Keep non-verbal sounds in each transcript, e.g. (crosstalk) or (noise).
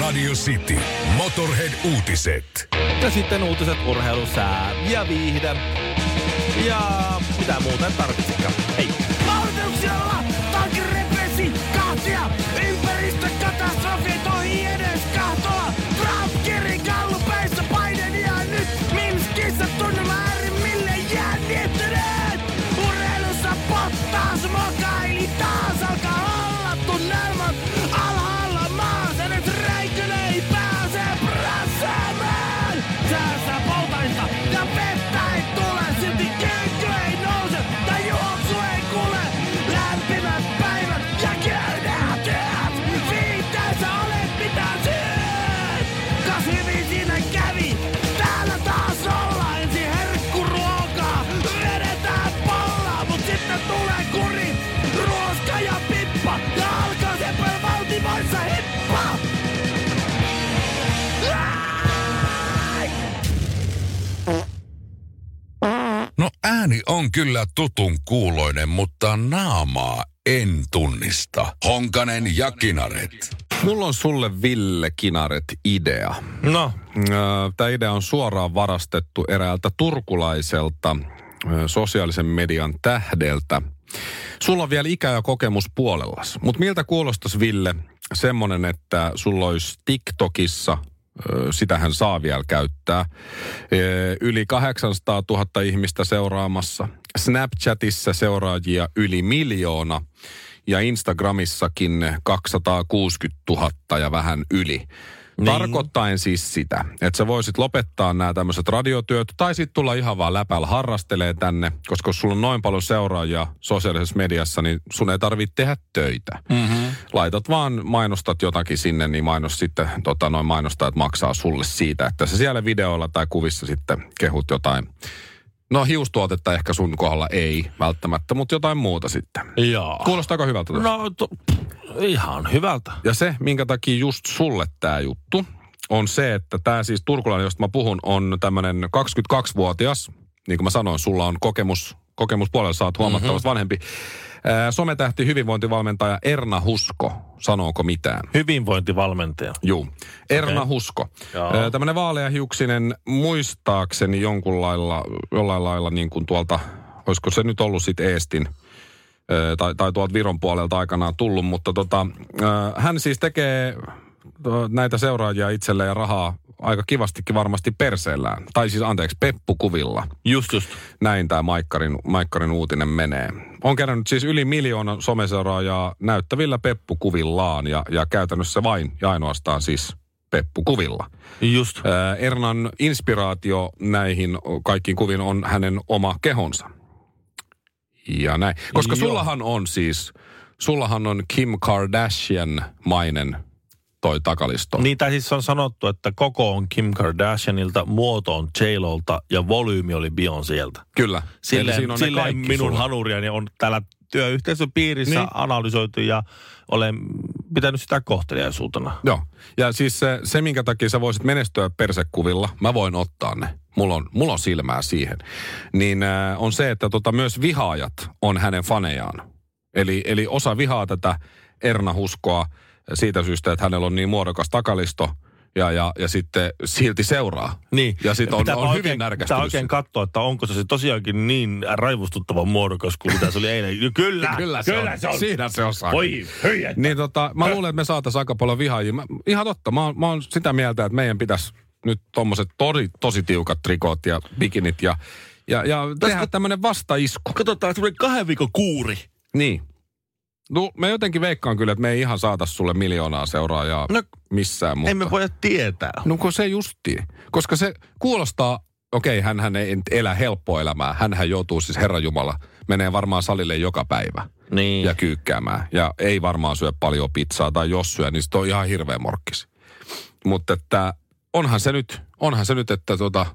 Radio City. Motorhead-uutiset. Ja sitten uutiset, urheilusää ja viihde. Ja mitä muuten tarvitsikaan. Hei. Valteuksella tanki repesi kahtia. Ympäristökatastrofit ohi edes kahtoa. Trump kiri kallupeissa Bidenia nyt. Minskissä tunnelma äärimmille jännittyneet. Urheilussa pottaas mokaili taas alkaa olla tunnelmat. Alhaalla maassa nyt räikönä ei pääse prässäämään. Säässä poltaista ja vettä ei tule, silti kyykky ei nouse. Tai juoksu ei kule, lämpimät päivät ja käydään työt. Viitteessä olet mitä syyt, kas hyvin siinä kävi. Täällä taas ollaan ensin herkkuruokaa, vedetään pallaa, mut sitten tulee kuri. Ruoska ja pippa, ja alkaa se pölvaltimoissa hippa. No ääni on kyllä tutun kuuloinen, mutta naamaa en tunnista. Honkanen ja Kinaret. Mulla on sulle Ville Kinaret idea. No, Tämä idea on suoraan varastettu eräältä turkulaiselta ö, sosiaalisen median tähdeltä. Sulla on vielä ikä ja kokemus puolellas, mutta miltä kuulostaisi Ville semmonen, että sulla olisi TikTokissa, ö, sitähän saa vielä käyttää, ö, yli 800 000 ihmistä seuraamassa, Snapchatissa seuraajia yli miljoona ja Instagramissakin 260 000 ja vähän yli. Niin. Tarkoittaen siis sitä, että sä voisit lopettaa nämä tämmöiset radiotyöt tai sitten tulla ihan vaan läpällä harrastelee tänne, koska jos sulla on noin paljon seuraajia sosiaalisessa mediassa, niin sun ei tarvitse tehdä töitä. Mm-hmm. Laitat vaan, mainostat jotakin sinne, niin mainos sitten, tota, noin mainostajat maksaa sulle siitä, että sä siellä videoilla tai kuvissa sitten kehut jotain. No hiustuotetta ehkä sun kohdalla ei välttämättä, mutta jotain muuta sitten. joo. Kuulostaako hyvältä? tuosta? No, to, ihan hyvältä. Ja se, minkä takia just sulle tämä juttu, on se, että tämä siis turkulainen, josta mä puhun, on tämmöinen 22-vuotias. Niin kuin mä sanoin, sulla on kokemus, kokemuspuolella sä oot huomattavasti mm-hmm. vanhempi. Ää, Sometähti hyvinvointivalmentaja Erna Husko, sanooko mitään? Hyvinvointivalmentaja. Juu. Erna okay. Husko. Joo. Ö, Tämmöinen vaaleahiuksinen muistaakseni jonkun lailla, jollain lailla niin kuin tuolta, olisiko se nyt ollut sitten Eestin ö, tai, tai tuolta Viron puolelta aikanaan tullut, mutta tota, ö, hän siis tekee ö, näitä seuraajia itselleen ja rahaa aika kivastikin varmasti perseellään. Tai siis anteeksi, peppukuvilla Just just. näin tämä Maikkarin, Maikkarin uutinen menee. On kerännyt siis yli miljoona someseuraajaa näyttävillä peppukuvillaan ja, ja käytännössä vain ja ainoastaan siis peppukuvilla. Just. Ää, Ernan inspiraatio näihin kaikkiin kuviin on hänen oma kehonsa. Ja näin. Koska Joo. Joo. sullahan on siis, sullahan on Kim Kardashian-mainen toi takalisto. Niitä siis on sanottu, että koko on Kim Kardashianilta, muoto on J-Lolta ja volyymi oli Beyoncélta. Kyllä. Silleen, Eli siinä on ne silleen kaikki minun sulla. hanuriani niin on täällä työyhteisön piirissä niin. Niin. analysoitu ja olen pitänyt sitä kohteliaisuutena. Joo. Ja siis se, se, minkä takia sä voisit menestyä persekuvilla, mä voin ottaa ne. Mulla on, mulla on silmää siihen. Niin äh, on se, että tota, myös vihaajat on hänen fanejaan. Eli, eli osa vihaa tätä Erna Huskoa siitä syystä, että hänellä on niin muodokas takalisto ja, ja, ja sitten silti seuraa. Ja sitten on, Niin. Pitää on oikein- hyvin Pitää närkästynyt. oikein katsoa, että onko se, se tosiaankin niin raivostuttava muodokas kuin mitä se oli No eilen. Kyllä, (laughs) Kyllä se, on. Siinä se osaa. Voi hyjä. Niin tota, mä luulen, että me saataisiin aika paljon vihaajia. Mä, ihan totta, mä, oon- mä oon sitä mieltä, että meidän pitäisi nyt tommoset tosi, tosi tiukat trikot ja bikinit ja, ja, ja tehdä tämmönen vastaisku. Katsotaan, että kahden viikon kuuri. Niin. No, mä jotenkin veikkaan kyllä, että me ei ihan saata sulle miljoonaa seuraajaa No, no, missään, mutta... Emme voida tietää. No kun se justiin. Koska se kuulostaa, okei, hän hän ei nyt elä helppoa elämää. Hänhän joutuu siis, Herra Jumala, menee varmaan salille joka päivä Niin. ja kyykkäämään. Ja ei varmaan syö paljon pizzaa tai jos syö, niin se on ihan hirveä morkkis. Mutta että onhan se nyt, onhan se nyt että tota,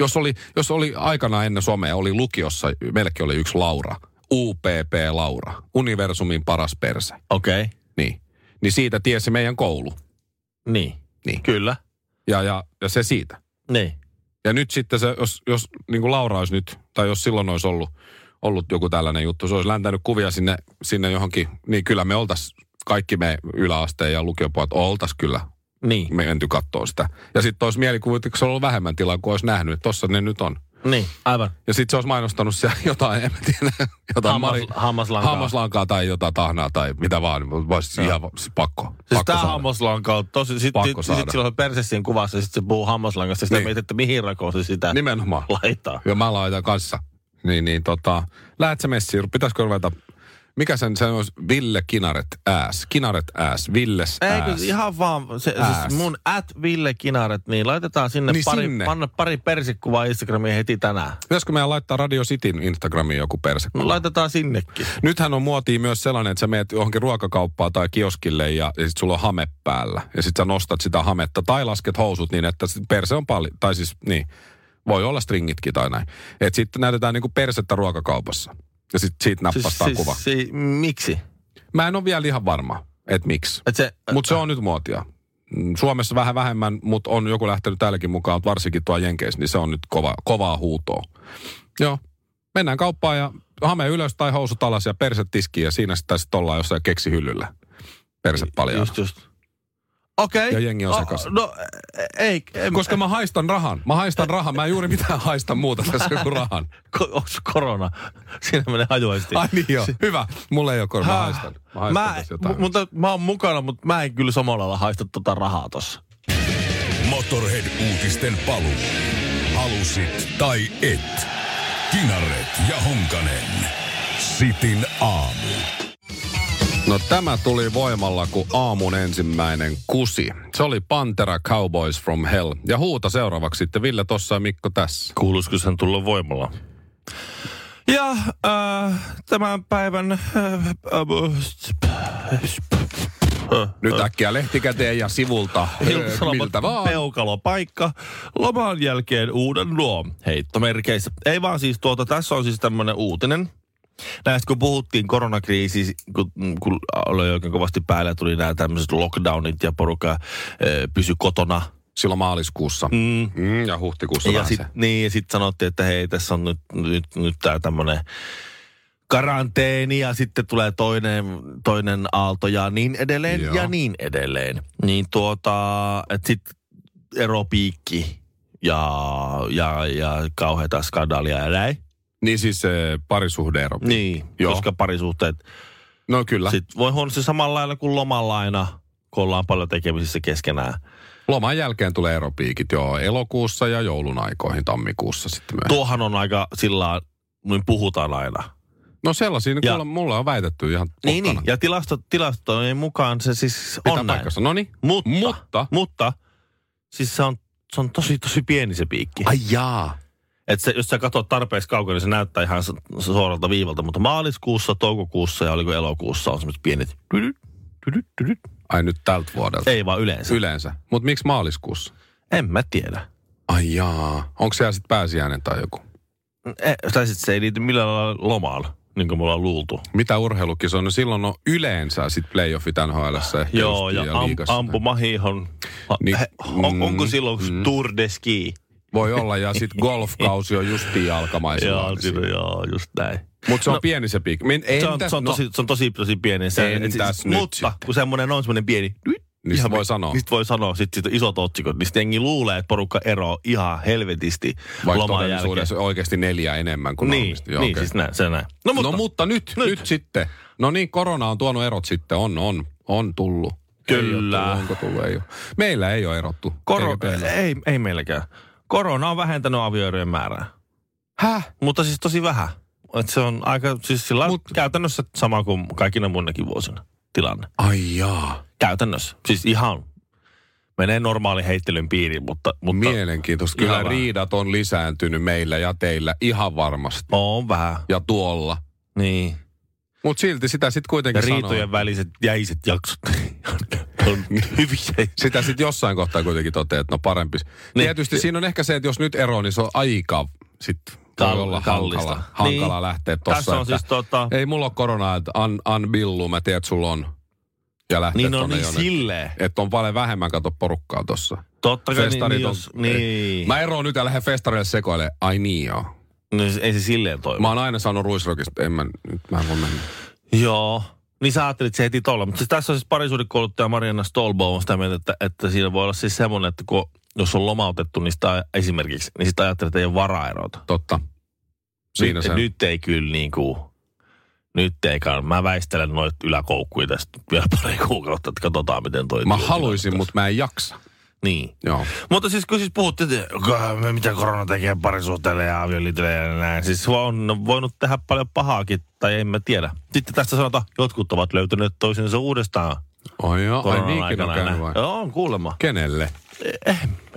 Jos oli, jos oli aikana ennen somea, oli lukiossa, meilläkin oli yksi Laura. UPP Laura. Universumin paras perse. Okei. Okay. Niin. Niin siitä tiesi meidän koulu. Niin. Niin. Kyllä. Ja, ja, ja se siitä. Niin. Ja nyt sitten se, jos, jos niin kuin Laura olisi nyt, tai jos silloin olisi ollut, ollut joku tällainen juttu, se olisi läntänyt kuvia sinne, sinne johonkin, niin kyllä me oltaisiin, kaikki me yläasteen ja lukiopojat oltaisiin kyllä Niin. menty kattoon sitä. Ja sitten olisi mielikuvituksessa ollut vähemmän tilaa kuin olisi nähnyt, että tossa ne nyt on. Niin, aivan. Ja sitten se olisi mainostanut siellä (laughs) jotain, en mä tiedä, jotain Hammas- hammaslankaa. hammaslankaa tai jotain tahnaa tai mitä vaan. niin Voisi ihan siis pakko. Siis pakko tää saada. hammaslanka on tosi... Sit, Pakko sit, sit, saada. sit silloin perse siinä kuvassa, ja sit se puhuu hammaslangasta, ja sitä Niin. niin. mietit, että mihin rakoon se sitä Nimenomaan. laittaa. Ja mä laitan kanssa. Niin, niin tota, lähet sä messiin, pitäisikö ruveta, mikä sen, sen olisi Ville Kinaret ääs, Kinaret ääs, Villes Ei, ääs. kun ihan vaan, se, Ääs. siis mun at Ville Kinaret, niin laitetaan sinne, Niin pari, sinne. Panna pari persikuvaa Instagramiin heti tänään. Pitäisikö meidän laittaa Radio Cityn Instagramiin joku perse? No, laitetaan sinnekin. Siis, Nythän on muotia myös sellainen, että sä meet johonkin ruokakauppaan tai kioskille ja, ja sit sulla on hame päällä. Ja sit sä nostat sitä hametta tai lasket housut niin, että sit perse on paljon. Tai siis niin, voi olla stringitkin tai näin. Et sitten näytetään niinku persettä ruokakaupassa. Ja sit siitä nappastaa siis, kuva. si, miksi? Mä en ole vielä ihan varma, että miksi. Et se, Äh, Mutta se on nyt muotia. Mm, Suomessa vähän vähemmän, mutta on joku lähtenyt täälläkin mukaan, mut varsinkin tuo Jenkeissä, niin se on nyt kova, kovaa huutoa. Joo, mennään kauppaan ja hame ylös tai housut alas ja perset tiskiin ja siinä sitten sit ollaan jossain keksihyllyllä. Perse paljon. Just, just. Okei. Ja jengi on sekas. No, ei. ei Koska mä haistan rahan. Mä haistan rahan. Mä en juuri mitään haista muuta tässä kuin rahan. ko, onks korona? (laughs) Siinä menee hajuaisti. Ai niin joo. Hyvä. Mulla ei ole korva. Mä Häh. haistan. Mä haistan mä, tässä jotain. mu- mutta mä oon mukana, mutta mä en kyllä samalla lailla haista tota rahaa tossa. Motorhead-uutisten paluu. Halusit tai et. Kinaret ja Honkanen. Sitin aamu. No tämä tuli voimalla kuin aamun ensimmäinen kusi. Se oli Pantera Cowboys from Hell. Ja huuta seuraavaksi sitten Ville tossa ja Mikko tässä. Kuuluisiko sen tulla voimalla? Ja äh, tämän päivän... Äh, äh, Nyt äkkiä lehtikäteen ja (laughs) sivulta. Öö, Ilta-Sanomat Miltä vaan. peukalopaikka loman jälkeen uuden luo heittomerkeissä. Ei vaan siis tuota, tässä on siis tämmöinen uutinen. Näistä kun puhuttiin koronakriisi, kun, kun oli oikein kovasti päällä, tuli nämä tämmöiset lockdownit ja porukka ö, pysy kotona. Silloin maaliskuussa. Mm. Mm, ja huhtikuussa Ja vähän sit, se. niin, ja sitten sanottiin, että hei, tässä on nyt, nyt, nyt tämä tämmöinen karanteeni ja sitten tulee toinen, toinen aalto ja niin edelleen Joo. Joo. ja niin edelleen. Niin tuota, että sitten eropiikki ja, ja, ja kauheita skandaalia ja näin. Niin siis se parisuhdeero. Niin, Joo. Joo. koska parisuhteet No kyllä. sit voi on se samalla lailla kuin lomalla aina, kun ollaan paljon tekemisissä keskenään. Loman jälkeen tulee eropiikit joo elokuussa ja joulun aikoihin tammikuussa sitten myös. Tuohan on aika sillä lailla, niin puhutaan aina. No sellaisia, niin Ja- kuule, mulle on väitetty ihan Niin, niin. puhtana. Ja tilasto, tilastojen mukaan se siis Pitää on näin. paikkansa. No niin. Mutta, Mutta? mutta, mutta, siis se on, se on tosi, tosi pieni se piikki. Ai jaa. Et se, jos sä katsot tarpeeksi kaukaa, niin se näyttää ihan su- suoralta viivalta. Mutta maaliskuussa, toukokuussa ja oliko elokuussa on semmoiset pienet. tydyt, tydyt, tydyt. Ai nyt tältä vuodelta. Ei vaan yleensä. Yleensä. Mutta miksi maaliskuussa? en mä tiedä. Ai jaa. Onko siellä sitten pääsiäinen tai joku? E, tai sit se ei liity millään lailla lomaan, niin kuin me ollaan luultu. Mitä urheilukisoja? No silloin on yleensä sitten playoffit NHL. ehkä Joo, just ja, ja am, liigassa. ampumahiihon. Niin, Niin, on, mm, onko silloin mm, Tour de Ski? Voi olla, ja sitten golfkausi on (laughs) justiin alkamaisilla. Joo, siinä- joo, just näin. Mutta se on pieni se piikki. Min- No- Se on, entäs- se on, no, tosi, se on tosi, tosi pieni. Se, Entäs et siis- nyt mutta sitten? kun semmoinen on semmoinen pieni, Niistä ihan voi mi- sanoa. Niistä voi sanoa, sit, sit on isot otsikot, niin sitten jengi luulee, että porukka eroaa ihan helvetisti Vaikka loman jälkeen. todellisuudessa oikeasti neljä enemmän kuin Niin, normisti. joo, niin okei. siis näin, se näin. No No mutta, mutta nyt, nyt, nyt sitten. No niin, korona on tuonut erot sitten. On, on, on tullut. Ei oo Kyllä. tullut, onko tullut, ei ole. Meillä ei ole erottu. koro, Eikö teillä? ei, ei meilläkään. Korona on vähentänyt avioerojen määrää, Häh? mutta siis tosi vähän. Et se on aika, siis sillä Mut, Mut- käytännössä sama kuin kaikina muinakin vuosina tilanne. Ai jaa. Käytännössä, siis ihan menee normaali heittelyn piiriin, mutta... mutta Mielenkiintoista. Ihan Kyllä vähän. riidat on lisääntynyt meillä ja teillä ihan varmasti. On vähän. Ja tuolla. Niin. Mutta silti sitä sitten Ja kuitenkin sanoo. riitojen väliset jäiset jaksot (laughs) on hyviä. Sitä sitten jossain kohtaa kuitenkin toteaa, että no parempi. Niin. Tietysti siinä on ehkä se, että jos nyt eroon, niin se on aika sitten Kal- voi olla kallista. hankala, hankala Niin. lähteä tossa. Tässä on että siis tota- Ei mulla ole koronaa, että an, an billu, mä tiedän, että sulla on. Ja lähtee Niin on tonne niin jonnekin. silleen. Että on paljon vähemmän kato porukkaa tossa. Totta kai niin, Festarit niin, jos, on- niin. Mä eroon nyt ja lähden festareille sekoille. Ai niin joo. No siis ei se silleen toimi. Mä oon aina saanut ruisrokista, en mä nyt, mä en voi mennä. Joo. Niin sä ajattelit se heti tolla. Mutta siis tässä on siis parisuudikouluttaja Marianna Stolbo on sitä mieltä, että, että siinä voi olla siis semmoinen, että kun, jos on lomautettu niin sitä esimerkiksi, niin sitä ajattelee, että ei ole varaa erota. Totta. Siinä nyt, se. nyt ei kyllä niin kuin, nyt ei kannata. Mä väistelen noit yläkoukkuja tästä vielä pari kuukautta, että katsotaan miten toi. Mä työ- haluisin, mutta mä en jaksa. Niin. Joo. Mutta siis kun siis puhuttiin, että "Kö, mitä korona tekee parisuhteelle ja avioliitolle ja näin. Siis on voinut tehdä paljon pahaakin, tai en mä tiedä. Sitten tästä sanotaan, jotkut ovat löytäneet toisensa uudestaan Ai joo, ai koronan niinkin on aikana. käynyt näin. vai? Joo, on kuulemma. Kenelle?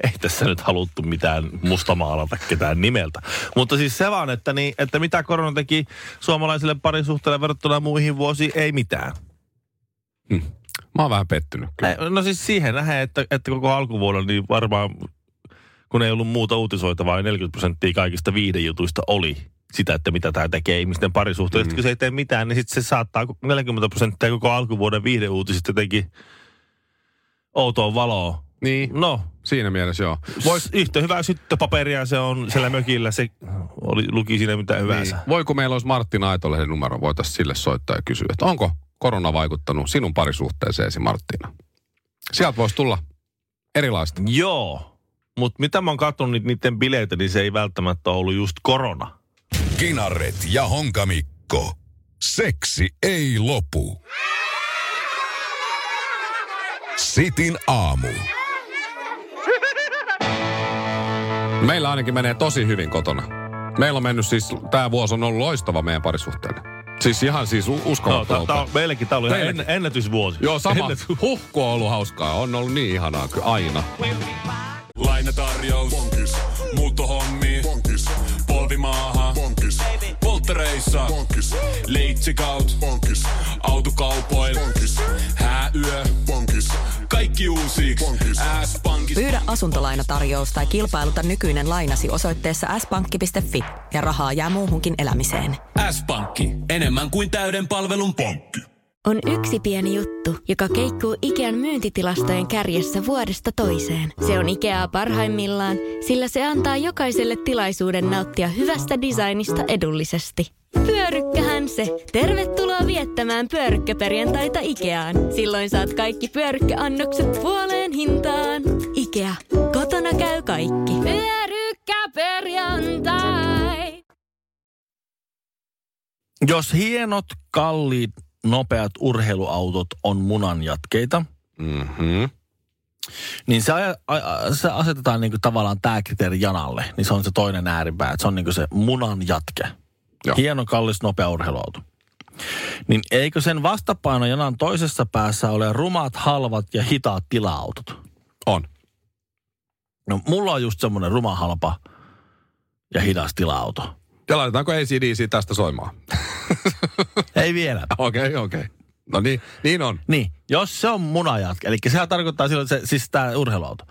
Ei tässä nyt haluttu mitään mustamaalata ketään nimeltä. Mutta siis se vaan, että, niin, että mitä korona teki suomalaisille parisuhteille verrattuna muihin vuosiin, ei mitään. Hm. Mä oon vähän pettynyt kyllä. Ei, No siis siihen nähden, että, että koko alkuvuonna niin varmaan, kun ei ollut muuta uutisoitavaa, niin 40 prosenttia kaikista viihdejutuista oli sitä, että mitä tämä tekee ihmisten parisuhteessa. Mm. Kun se ei tee mitään, niin sitten se saattaa 40 prosenttia koko alkuvuoden viihdeuutisista jotenkin outoa valoa. Niin. No, Siinä mielessä joo. Vois... Yhtä hyvää syttöpaperia se on siellä mökillä. Se oli, luki siinä mitä hyvänsä. Niin. Voi kun meillä olisi Martin Aitolehden numero, voitaisiin sille soittaa ja kysyä, että onko korona vaikuttanut sinun parisuhteeseesi Marttina? Sieltä voisi tulla erilaista. Joo. Mutta mitä mä oon katsonut niiden bileitä, niin se ei välttämättä ollut just korona. Kinaret ja Honkamikko. Seksi ei lopu. Sitin aamu. Meillä ainakin menee tosi hyvin kotona. Meillä on mennyt siis, tämä vuosi on ollut loistava meidän parisuhteena. Siis ihan siis u- No, uskomatonta. tää, tää on, meilläkin tää oli ihan Teilläkin. en, ennätysvuosi. Joo, sama. Ennätys- Huhku on ollut hauskaa. On ollut niin ihanaa kyllä aina. Lainatarjous. Bonkis. Muuttohommi. Bonkis. Polvimaaha. Bonkis. Polttereissa. Bonkis. Leitsikaut. Bonkis. Autokaupoil. Bonkis. Hääyö. Bonkis. Kaikki uusi. S-pankki. Pyydä asuntolainatarjous tai kilpailuta nykyinen lainasi osoitteessa spankki.fi ja rahaa jää muuhunkin elämiseen. S-pankki. Enemmän kuin täyden palvelun pankki. On yksi pieni juttu, joka keikkuu Ikean myyntitilastojen kärjessä vuodesta toiseen. Se on Ikeaa parhaimmillaan, sillä se antaa jokaiselle tilaisuuden nauttia hyvästä designista edullisesti. Pyörykkähän se! Tervetuloa viettämään pyörykkäperjantaita Ikeaan. Silloin saat kaikki pyörykkäannokset puoleen hintaan. Ikea, kotona käy kaikki. Pyörykkäperjantai! Jos hienot, kalliit, nopeat urheiluautot on munan jatkeita, Mm-hmm. niin se, aja, a, a, se asetetaan niinku tavallaan tämä kriteeri janalle. Niin se on se toinen ääripää, että se on niinku se munan jatke. Joo. Joo. Hieno, kallis, nopea urheiluauto. Niin eikö sen vastapaino janan toisessa päässä ole rumat, halvat ja hitaat tila-autot? On. No mulla on just semmoinen ruma, halpa ja hidas tila-auto. Ja laitetaanko ACDC tästä soimaan? (laughs) Ei vielä. Okei, okay, okei. Okay. No niin, niin on. Niin, jos se on munajatke, eli sehän tarkoittaa silloin, se, siis tämä urheiluauto.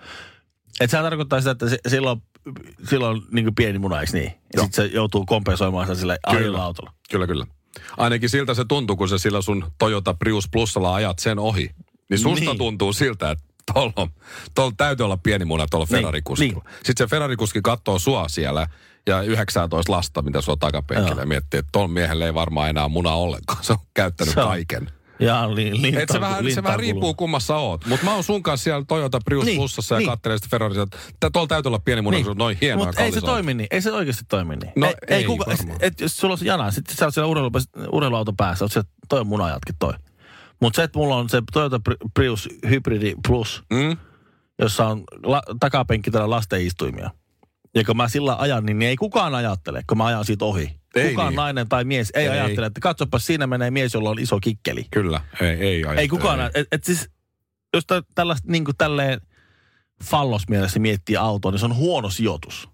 Et sehän tarkoittaa sitä, että se, silloin, silloin niin pieni muna, eikö niin? Ja Joo. sitten se joutuu kompensoimaan sitä sillä Kyllä. aiemmalla autolla. Kyllä, kyllä. Ainakin siltä se tuntuu, kun sä sillä sun Toyota Prius Plusalla ajat sen ohi. Niin susta niin. Niin. tuntuu siltä, että tuolla on, tuolla täytyy olla pieni muna tuolla Niin, Ferrari-kuskilla. Niin. Sitten se Ferrari-kuski katsoo sua siellä ja 19 lasta, mitä sua takapenkillä ja miettii, että tuolla miehellä ei varmaan enää muna ollenkaan. Se on käyttänyt Se on- kaiken. Ja li, lintaan, Et se vähän, se lintaan vähän kulunut. riippuu kummassa oot. Mutta mä oon sun kanssa siellä Toyota Prius niin, Niin, Plusassa ja niin. niin. kattelen sitä Ferrarissa, että tää- tuolla täytyy olla pieni muna, niin. kun se on noin hienoa Mutta ei se toimi niin, ei se oikeasti toimi niin. No ei ei kuka, varmaan. et, jos sulla on se jana, sitten sä oot siellä urheilu, urheiluauton päässä, oot siellä, toi on munajatke toi. Mutta se, että mulla on se Toyota Pri- Prius Hybridi Plus, Mm? jossa on la- takapenkki täällä lasten istuimia. Ja kun mä sillä ajan, niin ei kukaan ajattele, kun mä ajan siitä ohi. Ei kukaan niin. nainen tai mies ei, Ei. ei ajattele, että katsopa siinä menee mies, jolla on iso kikkeli. Kyllä, ei, ei, Ei kukaan, et, et siis, jos niinku tä- tällaista niin tälleen fallos mielessä miettii autoa, niin se on huono sijoitus.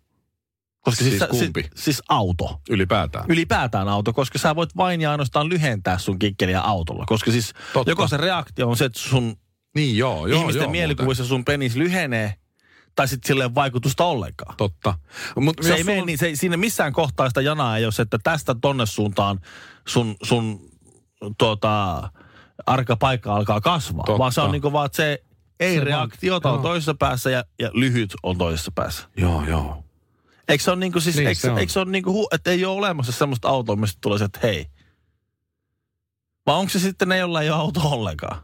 Koska siis, Siis sä- kumpi? Siis, siis auto. ylipäätään. Ylipäätään auto, koska sä voit vain ja ainoastaan lyhentää sun kikkeliä autolla. Koska siis Totta. Totta. joko se reaktio on se, että sun Niin joo, joo, joo, ihmisten joo, joo, mielikuvissa sun penis lyhenee, tai sitten sille ei ole vaikutusta ollenkaan. muuten. Totta. Mut Se jos ei sulla mene, on- niin se, ei- siinä missään kohtaa sitä janaa ei ole se, että tästä tonne suuntaan sun, sun tota, arka paikka alkaa kasvaa. Totta. Totta. Vaan se on niinku vaan, että se Se ei vaan- reaktiota on joo. toisessa päässä ja, ja lyhyt on toisessa päässä. Joo, joo. Eikö se ole niinku siis, Niin, niin, eikö, se se on. eikö se ole niinku, hu- että ei ole olemassa semmoista autoa, mistä tulee se, että hei. Vai onko se sitten ne, jolla ei ole auto ollenkaan?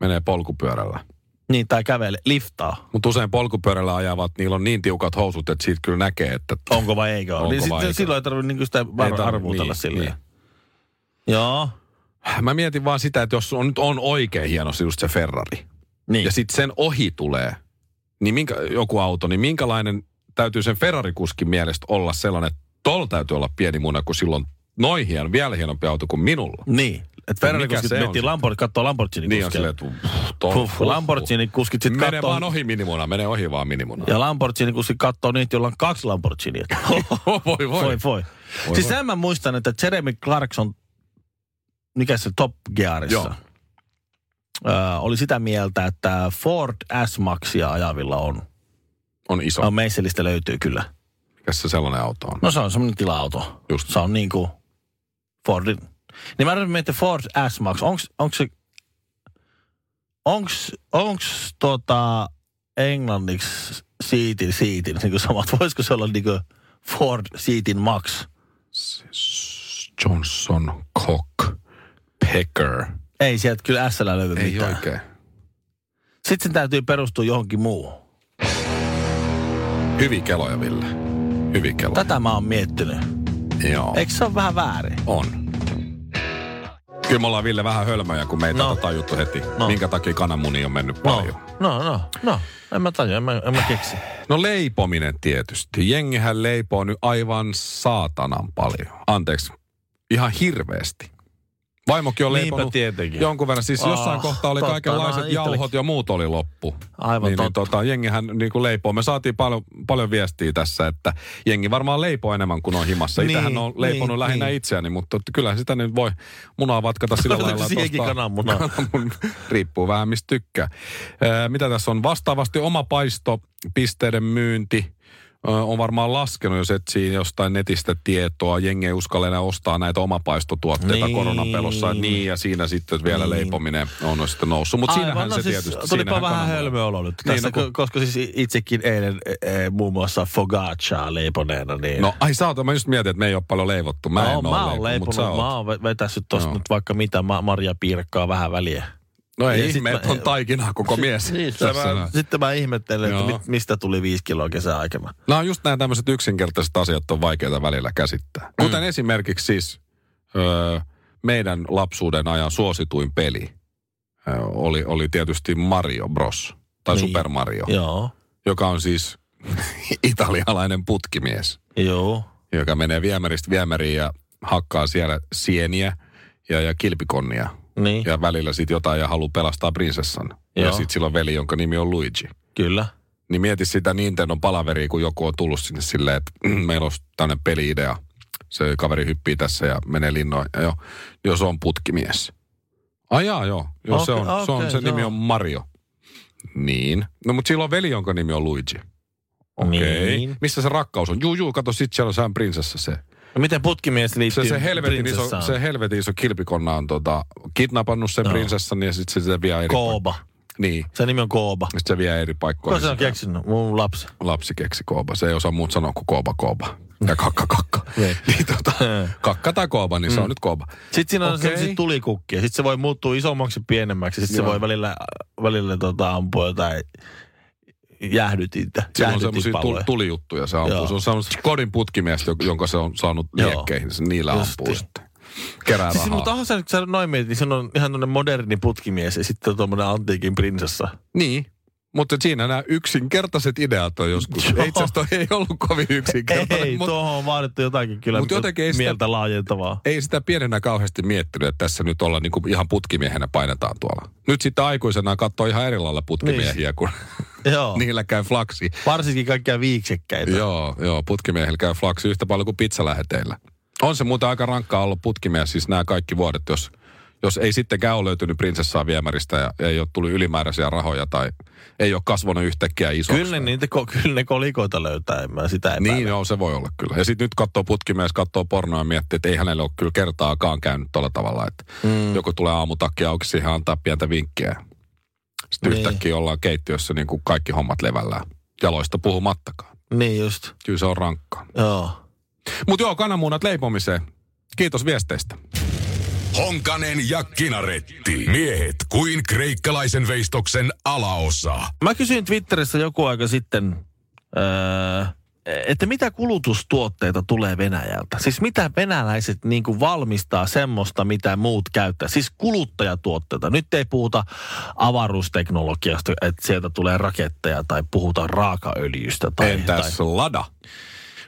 Menee polkupyörällä. Niin, tai kävele, liftaa. Mutta usein polkupyörällä ajavat, niillä on niin tiukat housut, että siitä kyllä näkee, että Onko vai eikö ole? Onko Niin vai sitten eikö silloin ei tarvitse niinku sitä var- tarvi- arvuutella niin, niin, silleen. niin. Niin. Joo, Mä mietin vaan sitä, että jos on, nyt on oikein hieno se just se Ferrari, niin. ja sitten sen ohi tulee niin minkä, joku auto, niin minkälainen täytyy sen Ferrari-kuskin mielestä olla sellainen, että tol täytyy olla pieni muna, kun silloin noin hieno, vielä hienompi auto kuin minulla. Niin. Et No Ferrari mikä kuskit se on miettii sitten? Lamborghini, katsoo Lamborghini Niin on silleen, että uh, tol- Puh, uh, uh. Lamborghini kuskit sit Mene kattoo. vaan ohi minimuna, mene ohi vaan minimuna. Ja Lamborghini kuskit kattoo niitä, joilla on kaksi Lamborghinia. (laughs) (laughs) voi, voi, voi. voi. Voi, Siis voi. sen mä muistan, että Jeremy Clarkson, mikä se Top Joo. Gearissa, ö, oli sitä mieltä, että Ford S-Maxia ajavilla on. On iso. No, Meiselistä löytyy kyllä. Mikä se sellainen auto on? No se on semmoinen tila-auto. Just. Se on niin kuin Fordin. Niin mä rupesin miettimään Ford S-Max. Onks, onks se... Onks, onks tota englanniksi siitin siitin, niin kuin samat. Voisiko se olla niin kuin Ford siitin max? Johnson Cock Pecker. Ei sieltä kyllä s löydy Ei mitään. oikein. Sitten sen täytyy perustua johonkin muuhun. Hyviä keloja, Ville. Hyviä keloja. Tätä mä oon miettinyt. Joo. Eikö se ole vähän väärin? On. Kyllä me ollaan Ville vähän hölmöjä, kun me ei no. No. tätä tajuttu heti. No. No. Minkä takia kananmuni on mennyt paljon. No. no, no, no. En mä tajua, en mä, en mä keksi. no leipominen tietysti. Jengihän leipoo nyt aivan saatanan paljon. Anteeksi, ihan hirveästi. Vaimokin on Niinpä leiponut tietenkin. jonkun verran. Siis jossain Ah, kohtaa oli totta, kaikenlaiset no, jauhot itsellekin. ja muut oli loppu. Aivan niin, niin, totta. tota, jengihän niin kuin leipoo. Me saatiin paljon, paljon viestiä tässä, että jengi varmaan leipoo enemmän kuin on himassa. Niin, Itähän on leiponut niin, lähinnä niin. itseäni, mutta kyllä sitä nyt voi munaa vatkata sillä Oliko lailla. että siihenkin ostaa- kananmunaa? kananmun- Riippuu vähän mistä tykkää. Ää, mitä tässä on? Vastaavasti oma paisto, pisteiden myynti ö, on varmaan laskenut, jos etsii jostain netistä tietoa. Jengi ei uskalla enää ostaa näitä omapaistotuotteita niin. Niin. koronan pelossa. Niin, ja siinä sitten vielä Niin. niin. leipominen on sitten noussut. Mutta Aivan, siinähän no se siis tietysti. Tulipa siinähän vähän kananmuna- hölmö olo nyt Niin, tässä, no kun- ko- koska siis itsekin eilen e, e, muun muassa Fogaccaa leiponeena, niin... No ai sä oot, mä just mietin, että me ei ole paljon leivottu. Mä en no, mä oon ole leiponut, leiponut, mut sä mä oot. oon ve- vetässyt tosta Joo. nyt vaikka mitä ma- marjapiirakkaa vähän väliä. No ei ja sit mä- ihme, Niin, että on taikina koko mies. Sitten tässä mä, näin. sitten mä ihmettelen, Joo. että mit, mistä tuli viisi kiloa kesäaikana. Nämä on just nämä tämmöiset yksinkertaiset asiat on vaikeita välillä käsittää. Mm. Kuten esimerkiksi siis öö, meidän lapsuuden ajan suosituin peli öö, oli, oli tietysti Mario Bros. Tai Niin. Super Mario, Joo, joka on siis (laughs) italialainen putkimies. joo. joka menee viemäristä viemäriin ja hakkaa siellä sieniä ja, ja kilpikonnia. Niin, Ja välillä sitten jotain ja haluaa pelastaa prinsessan. Joo. Ja Joo. sitten sillä on veli, jonka nimi on Luigi. kyllä. Niin mieti sitä Nintendo palaveria, kun joku on tullut sinne silleen, että mm, meillä olisi tämmöinen peliidea. Se kaveri hyppii tässä ja menee linnoin. Ja joo, joo, se on putkimies. Ai jaa, joo. joo okay, se on, Okei, okay, se on, okei, sen nimi joo. on Mario. Niin. No mutta sillä on veli, jonka nimi on Luigi. Okei. Okay. Niin. Missä se rakkaus on? Juu, juu, kato, sit siellä on sään prinsessa se. No miten putkimies Se, liittyy se, helvetin iso, prinsessaan? se helvetin iso kilpikonna on tota, kidnappannut sen no. Joo. prinsessan ja sitten se sitä vie eri paik- Kooba. Niin, Se nimi on Kooba. sitten se vie eri paikkoihin. Kuka se on sitä. keksinyt? Mun lapsi. Lapsi keksi kooba. Se ei osaa muut sanoa kuin kooba kooba. Ja kakka kakka. Niin. (laughs) niin tota, Mm. kakka tai kooba, niin se on nyt kooba. Sitten siinä on Okei. okay. sellaisia tulikukkia. Sitten se voi muuttua isommaksi ja pienemmäksi. Sitten se Joo. voi välillä, välillä tota, ampua jotain jäähdytintä. Sillä on semmoisia tul- tulijuttuja se ampuu. Joo. Se on semmoista kodin putkimiestä, jo- jonka se on saanut Joo. liekkeihin. Se niillä ampuu Justiin. sitten. Kerää Siis, mutta rahaa. onhan se nyt, kun sä noin mietit, niin se on ihan tuonne moderni putkimies ja sitten tuommoinen antiikin prinsessa. Niin. Mutta siinä nämä yksinkertaiset ideat on joskus. Joo. Itse asiassa toi ei ollut kovin Ei, yksinkertainen. ei mutta- tuohon on vaadittu jotakin kyllä Mut jotenkin ei sitä- mieltä laajentavaa. ei sitä pienenä kauheasti miettinyt, että tässä nyt ollaan niin kuin ihan putkimiehenä painetaan tuolla. Nyt sitten aikuisena katsoo ihan eri lailla putkimiehiä, kun Niin. Joo. (laughs) Niillä käy flaksi. Niin. Varsinkin kaikkia viiksekkäitä. Joo, joo, putkimiehillä käy flaksi yhtä paljon kuin pizzaläheteillä. On se muuten aika rankkaa ollut putkimies siis nämä kaikki vuodet, jos, jos ei sittenkään ole löytynyt prinsessaa viemäristä ja ei ole tullut ylimääräisiä rahoja tai ei ole kasvanut yhtäkkiä isoksi. Kyllä ne, niitä, ko- kyllä ne kolikoita löytää, en mä sitä epäile. Niin on, se voi olla kyllä. Ja sitten nyt katsoo putkimies, katsoo pornoa ja miettii, että ei hänellä ole kyllä kertaakaan käynyt tuolla tavalla, että mm. joku tulee aamutakki auki siihen antaa pientä vinkkiä. Sitten Niin. niin. yhtäkkiä ollaan keittiössä niin kuin kaikki hommat levällään, jaloista puhumattakaan. Niin just, Kyllä se on rankkaa. joo. Mutta joo, kananmunat leipomiseen. Kiitos viesteistä. Honkanen ja Kinaretti. Miehet kuin kreikkalaisen veistoksen alaosa. Mä kysyin Twitterissä joku aika sitten, öö, että mitä kulutustuotteita tulee Venäjältä? Siis mitä venäläiset niin kuin valmistaa semmoista, mitä muut käyttää? Siis kuluttajatuotteita. Nyt ei puhuta avaruusteknologiasta, että sieltä tulee raketteja tai puhutaan raakaöljystä. Tai, tai, Entäs Lada?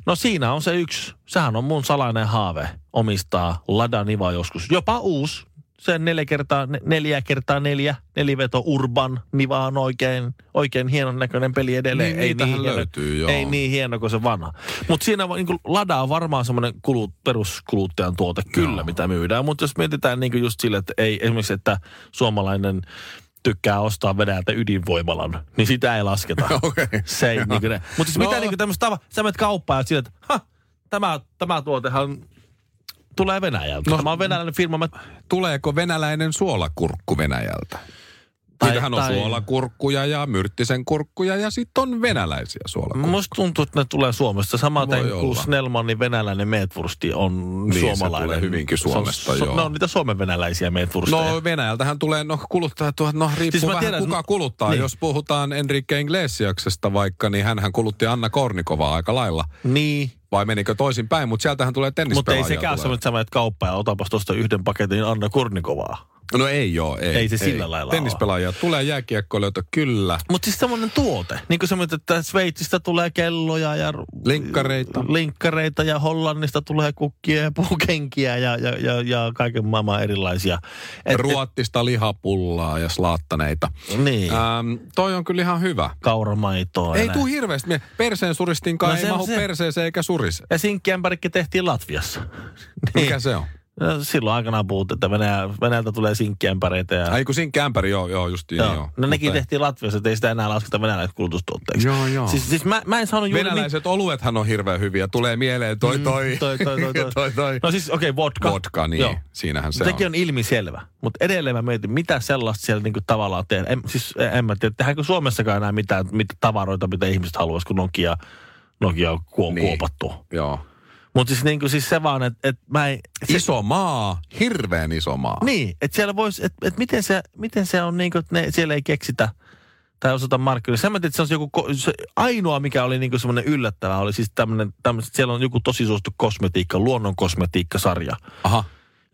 No siinä on se yksi. Sehän on mun salainen haave omistaa Lada Niva joskus. Jopa uusi. Se neljä kertaa, ne- neljä kertaa neljä, neliveto Urban Niva on oikein, oikein hienon näköinen peli edelleen. Niin, niitähän löytyy, joo. Ei niin hieno kuin se vanha. Mutta siinä niin kuin Lada on varmaan semmoinen kulut, peruskuluttajan tuote kyllä, joo. mitä myydään. Mutta jos mietitään niin just sille, että ei esimerkiksi, että suomalainen tykkää ostaa Venäjältä ydinvoimalan, niin sitä ei lasketa. (laughs) Okei. Se ei niinku ne. Mutta siis no. No. mitä niinku tämmöistä tava, sä menet kauppaan ja sieltä, että "Hah, tämä, tämä tuotehan tulee Venäjältä. No. No. Tämä on venäläinen firma. Mä, Tuleeko venäläinen suolakurkku Venäjältä? Tai, Niitähän on tai... suolakurkkuja ja myrttisen kurkkuja ja sitten on venäläisiä suolakurkkuja. Musta tuntuu, että ne tulee Suomesta. Samaten Voi kuin olla. Niin, Snellmanin venäläinen meetwursti on se suomalainen. tulee hyvinkin Se on- Suomesta, se- joo. Ne on niitä suomen venäläisiä meetwursteja. No Venäjältähän tulee, no kuluttaa, tuo- no riippuu Siis mä siis vähän tiedän, tiedän, kuka no- kuluttaa. niin. Niin. Jos puhutaan Enrique Iglesiaksesta vaikka, niin hänhän kulutti Anna Kornikovaa aika lailla. Niin. Vai menikö toisin päin, mutta sieltähän tulee Mutta tennispelaajia. ei sekään ole tulee. semmoinen, että sä menet kauppaan ja otapas tuosta yhden paketin Anna Kurnikovaa. No ei joo, ei. Ei se sillä lailla ole. Tennispelaajia tulee, jääkiekkoilijoita kyllä. Mutta siis semmoinen tuote. Niin kuin semmoinen, että Sveitsistä tulee kelloja ja... Linkkareita. Linkkareita ja Hollannista tulee kukkia ja puukenkiä ja, ja, ja, ja kaiken maailman erilaisia. Et, Ruottista lihapullaa ja slaattaneita. et, niin. Ää, Ähm, toi on kyllä ihan hyvä. kauramaitoa. Ei ja tuu näin. hirveästi. mie- Perseen suristinkaan No no ei se on mahu se. perseeseen eikä surise. Ja sinkkiämpärikki tehtiin Latviassa. Mikä se on? No, Silloin aikanaan puhuttiin, että Venäjä, Venäjältä tulee sinkkiämpäreitä. Ja, Ai kun siinä kämpäri, joo, joo, justiin, joo. joo. No nekin Mutta ei. tehtiin Latviassa, että ei sitä enää lasketa venäläiset kulutustuotteiksi. Joo, joo. Siis, siis mä, mä en saanut juuri... mit- Venäläiset oluethan on hirveän hyviä. Tulee mieleen toi toi. toi, toi, toi, toi. (laughs) toi, toi. No siis okei, okay, vodka. Vodka, niin. Joo. Siinähän se Sekin on. on ilmiselvä. Mutta edelleen mä mietin, mitä sellaista siellä niinku tavallaan tehdään. En, siis en mä tiedä, tehdäänkö Suomessakaan enää mitään, mitä tavaroita, mitä ihmiset haluaisi, kun Nokia, Nokia on kuo, niin. Niin. kuopattu. Joo. Mutta siis, niinku, siis se vaan, että et mä en... Se, Iso maa, hirveän iso maa. Niin, että siellä voisi, että et miten, se, miten se on niinku, että ne siellä ei keksitä tai osata markkinoida. Sä mä tiedät, että se on se joku, ko- se ainoa mikä oli niinku semmoinen yllättävää oli siis tämmönen, tämmöset, siellä on joku tosi suosittu kosmetiikka, luonnon kosmetiikkasarja. Aha.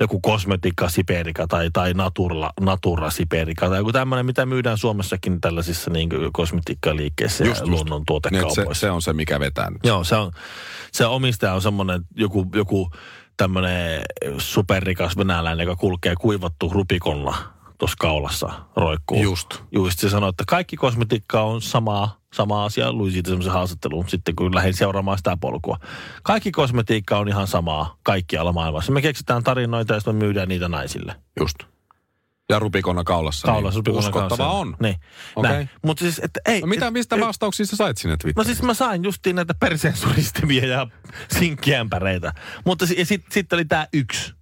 joku kosmetiikka Siperika tai, tai Naturla, Natura Siperika tai joku tämmöinen, mitä myydään Suomessakin tällaisissa niin kosmetiikkaliikkeissä just, Just, ja just. luonnon Niin, et se, tuotekaupoissa. se on se, mikä vetää nyt. Joo, se, on, se omistaja on semmoinen joku, joku tämmöinen superrikas venäläinen, joka kulkee kuivattu rupikolla tuossa kaulassa roikkuu. Just. Just se sanoi, että kaikki kosmetiikka on samaa, sama asia. Luin siitä semmoisen haastattelun sitten, kun lähdin seuraamaan sitä polkua. Kaikki kosmetiikka on ihan samaa kaikkialla maailmassa. Me keksitään tarinoita ja sitten me myydään niitä naisille. Just. Ja rupikonna kaulassa. Kaulas, niin Uskottavaa on. Niin. Okei. Okay. Mutta siis, että ei. No mitä, mistä et- vastauksia sä sait sinne No Twitteriin? siis mä sain justiin näitä perseensuristimia ja sinkkiämpäreitä. Mutta si- ja sitten sit oli tää yksi.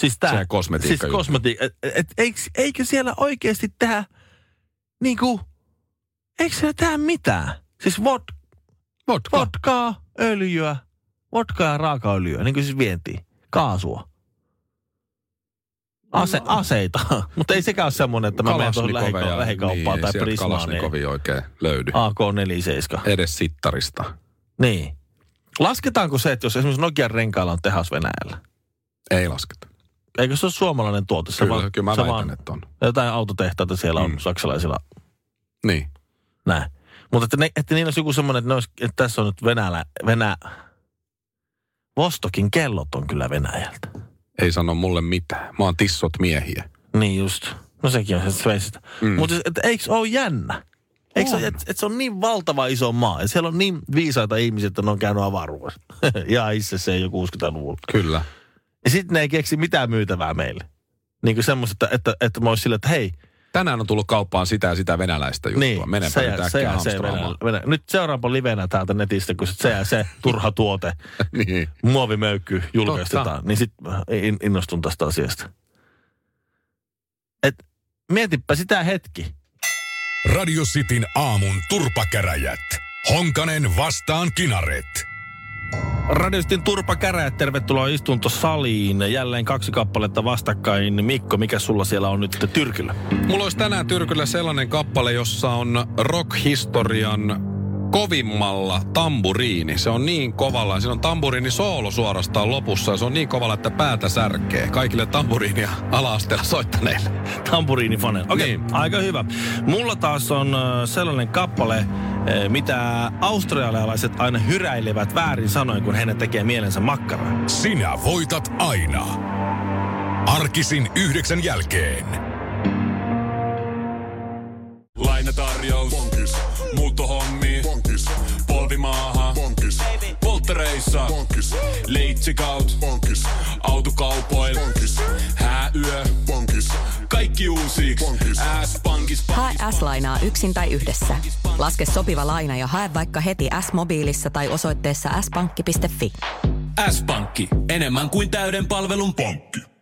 Siis tää. Se kosmetiikka Siis juttu. kosmetiikka. Et, et, eikö, eikö siellä oikeasti tehdä niinku, eikö siellä tehdä mitään? Siis vod, No, Vodka. vodkaa, öljyä, vodkaa ja raakaöljyä, niin kuin siis vientiin. Kaasua. Ase, aseita. (laughs) Mutta ei sekään ole semmoinen, että mä menen tuohon Kalasnikova lähikau- ja- lähikauppaan No. niin, tai sieltä Prismaan. Niin Ah. Kalasnikovia oikein löydy. AK-47. Edes sittarista. Niin. Lasketaanko se, että jos esimerkiksi Nokian renkailla on tehas Venäjällä? Ei lasketa. Eikö se ole suomalainen tuote? Se Kyllä, vaan- kyllä mä se väitän, vaan- että on. Jotain autotehtaita siellä on mm. saksalaisilla. Niin. Näin. Mutta että, ne, että niillä olisi joku semmoinen, että, ne olisi, että tässä on nyt Venäjä, Venä... Vostokin kellot on kyllä Venäjältä. Ei sano mulle mitään. Mä oon tissot miehiä. siis, Niin just. No sekin on se Sveitsistä. Mm. Mutta eikö ole jännä? Eikö se, ole, et, et se on niin valtava iso maa ja siellä on niin viisaita ihmisiä, että ne on käynyt avaruudessa. (laughs) ja itse se joku 60-luvulla. Kyllä. Ja sitten ne ei keksi mitään myytävää meille. Niin kuin semmoista, että, että, että mä olisin sillä, että hei, Tänään on tullut kauppaan sitä ja sitä venäläistä juttua. niin, Menenpä nyt se äkkiä ja se hamstraamaan. venä- venä- Nyt seuraapa livenä täältä netistä, kun se ja se turha tuote, (laughs) niin. muovimöykky julkaistetaan. Niin sitten innostun tästä asiasta. Et mietipä sitä hetki. Radio Cityn aamun turpakäräjät. Honkanen vastaan kinaret. Radiostin Turpa Kärä, tervetuloa istuntosaliin. Jälleen kaksi kappaletta vastakkain. Mikko, mikä sulla siellä on nyt tyrkillä? Mulla olisi tänään Tyrkyllä sellainen kappale, jossa on rockhistorian kovimmalla tamburiini. Se on niin kovalla. ja Siinä on tamburiini soolo suorastaan lopussa ja se on niin kovalla, että päätä särkee. Kaikille tamburiinia ala-asteella soittaneille. Tamburiinifanen. Okei, okay, Niin. aika hyvä. Mulla taas on ö, sellainen kappale, ö, mitä australialaiset aina hyräilevät väärin sanoin, kun heidän tekee mielensä makkaraa. Sinä voitat aina. Arkisin yhdeksän jälkeen. Lainatarjous. Bonkis. Muuttohommi. Bonkis. Polvimaaha. Bonkis. Polttereissa. Bonkis. Leitsikaut. Bonkis. Autokaupoil. Bonkis. Hääyö. Bonkis. Kaikki uusi. S-pankis. Hae S-lainaa yksin tai yhdessä. Laske sopiva laina ja hae vaikka heti S-mobiilissa tai osoitteessa s-pankki.fi. S-pankki. Enemmän kuin täyden palvelun pankki.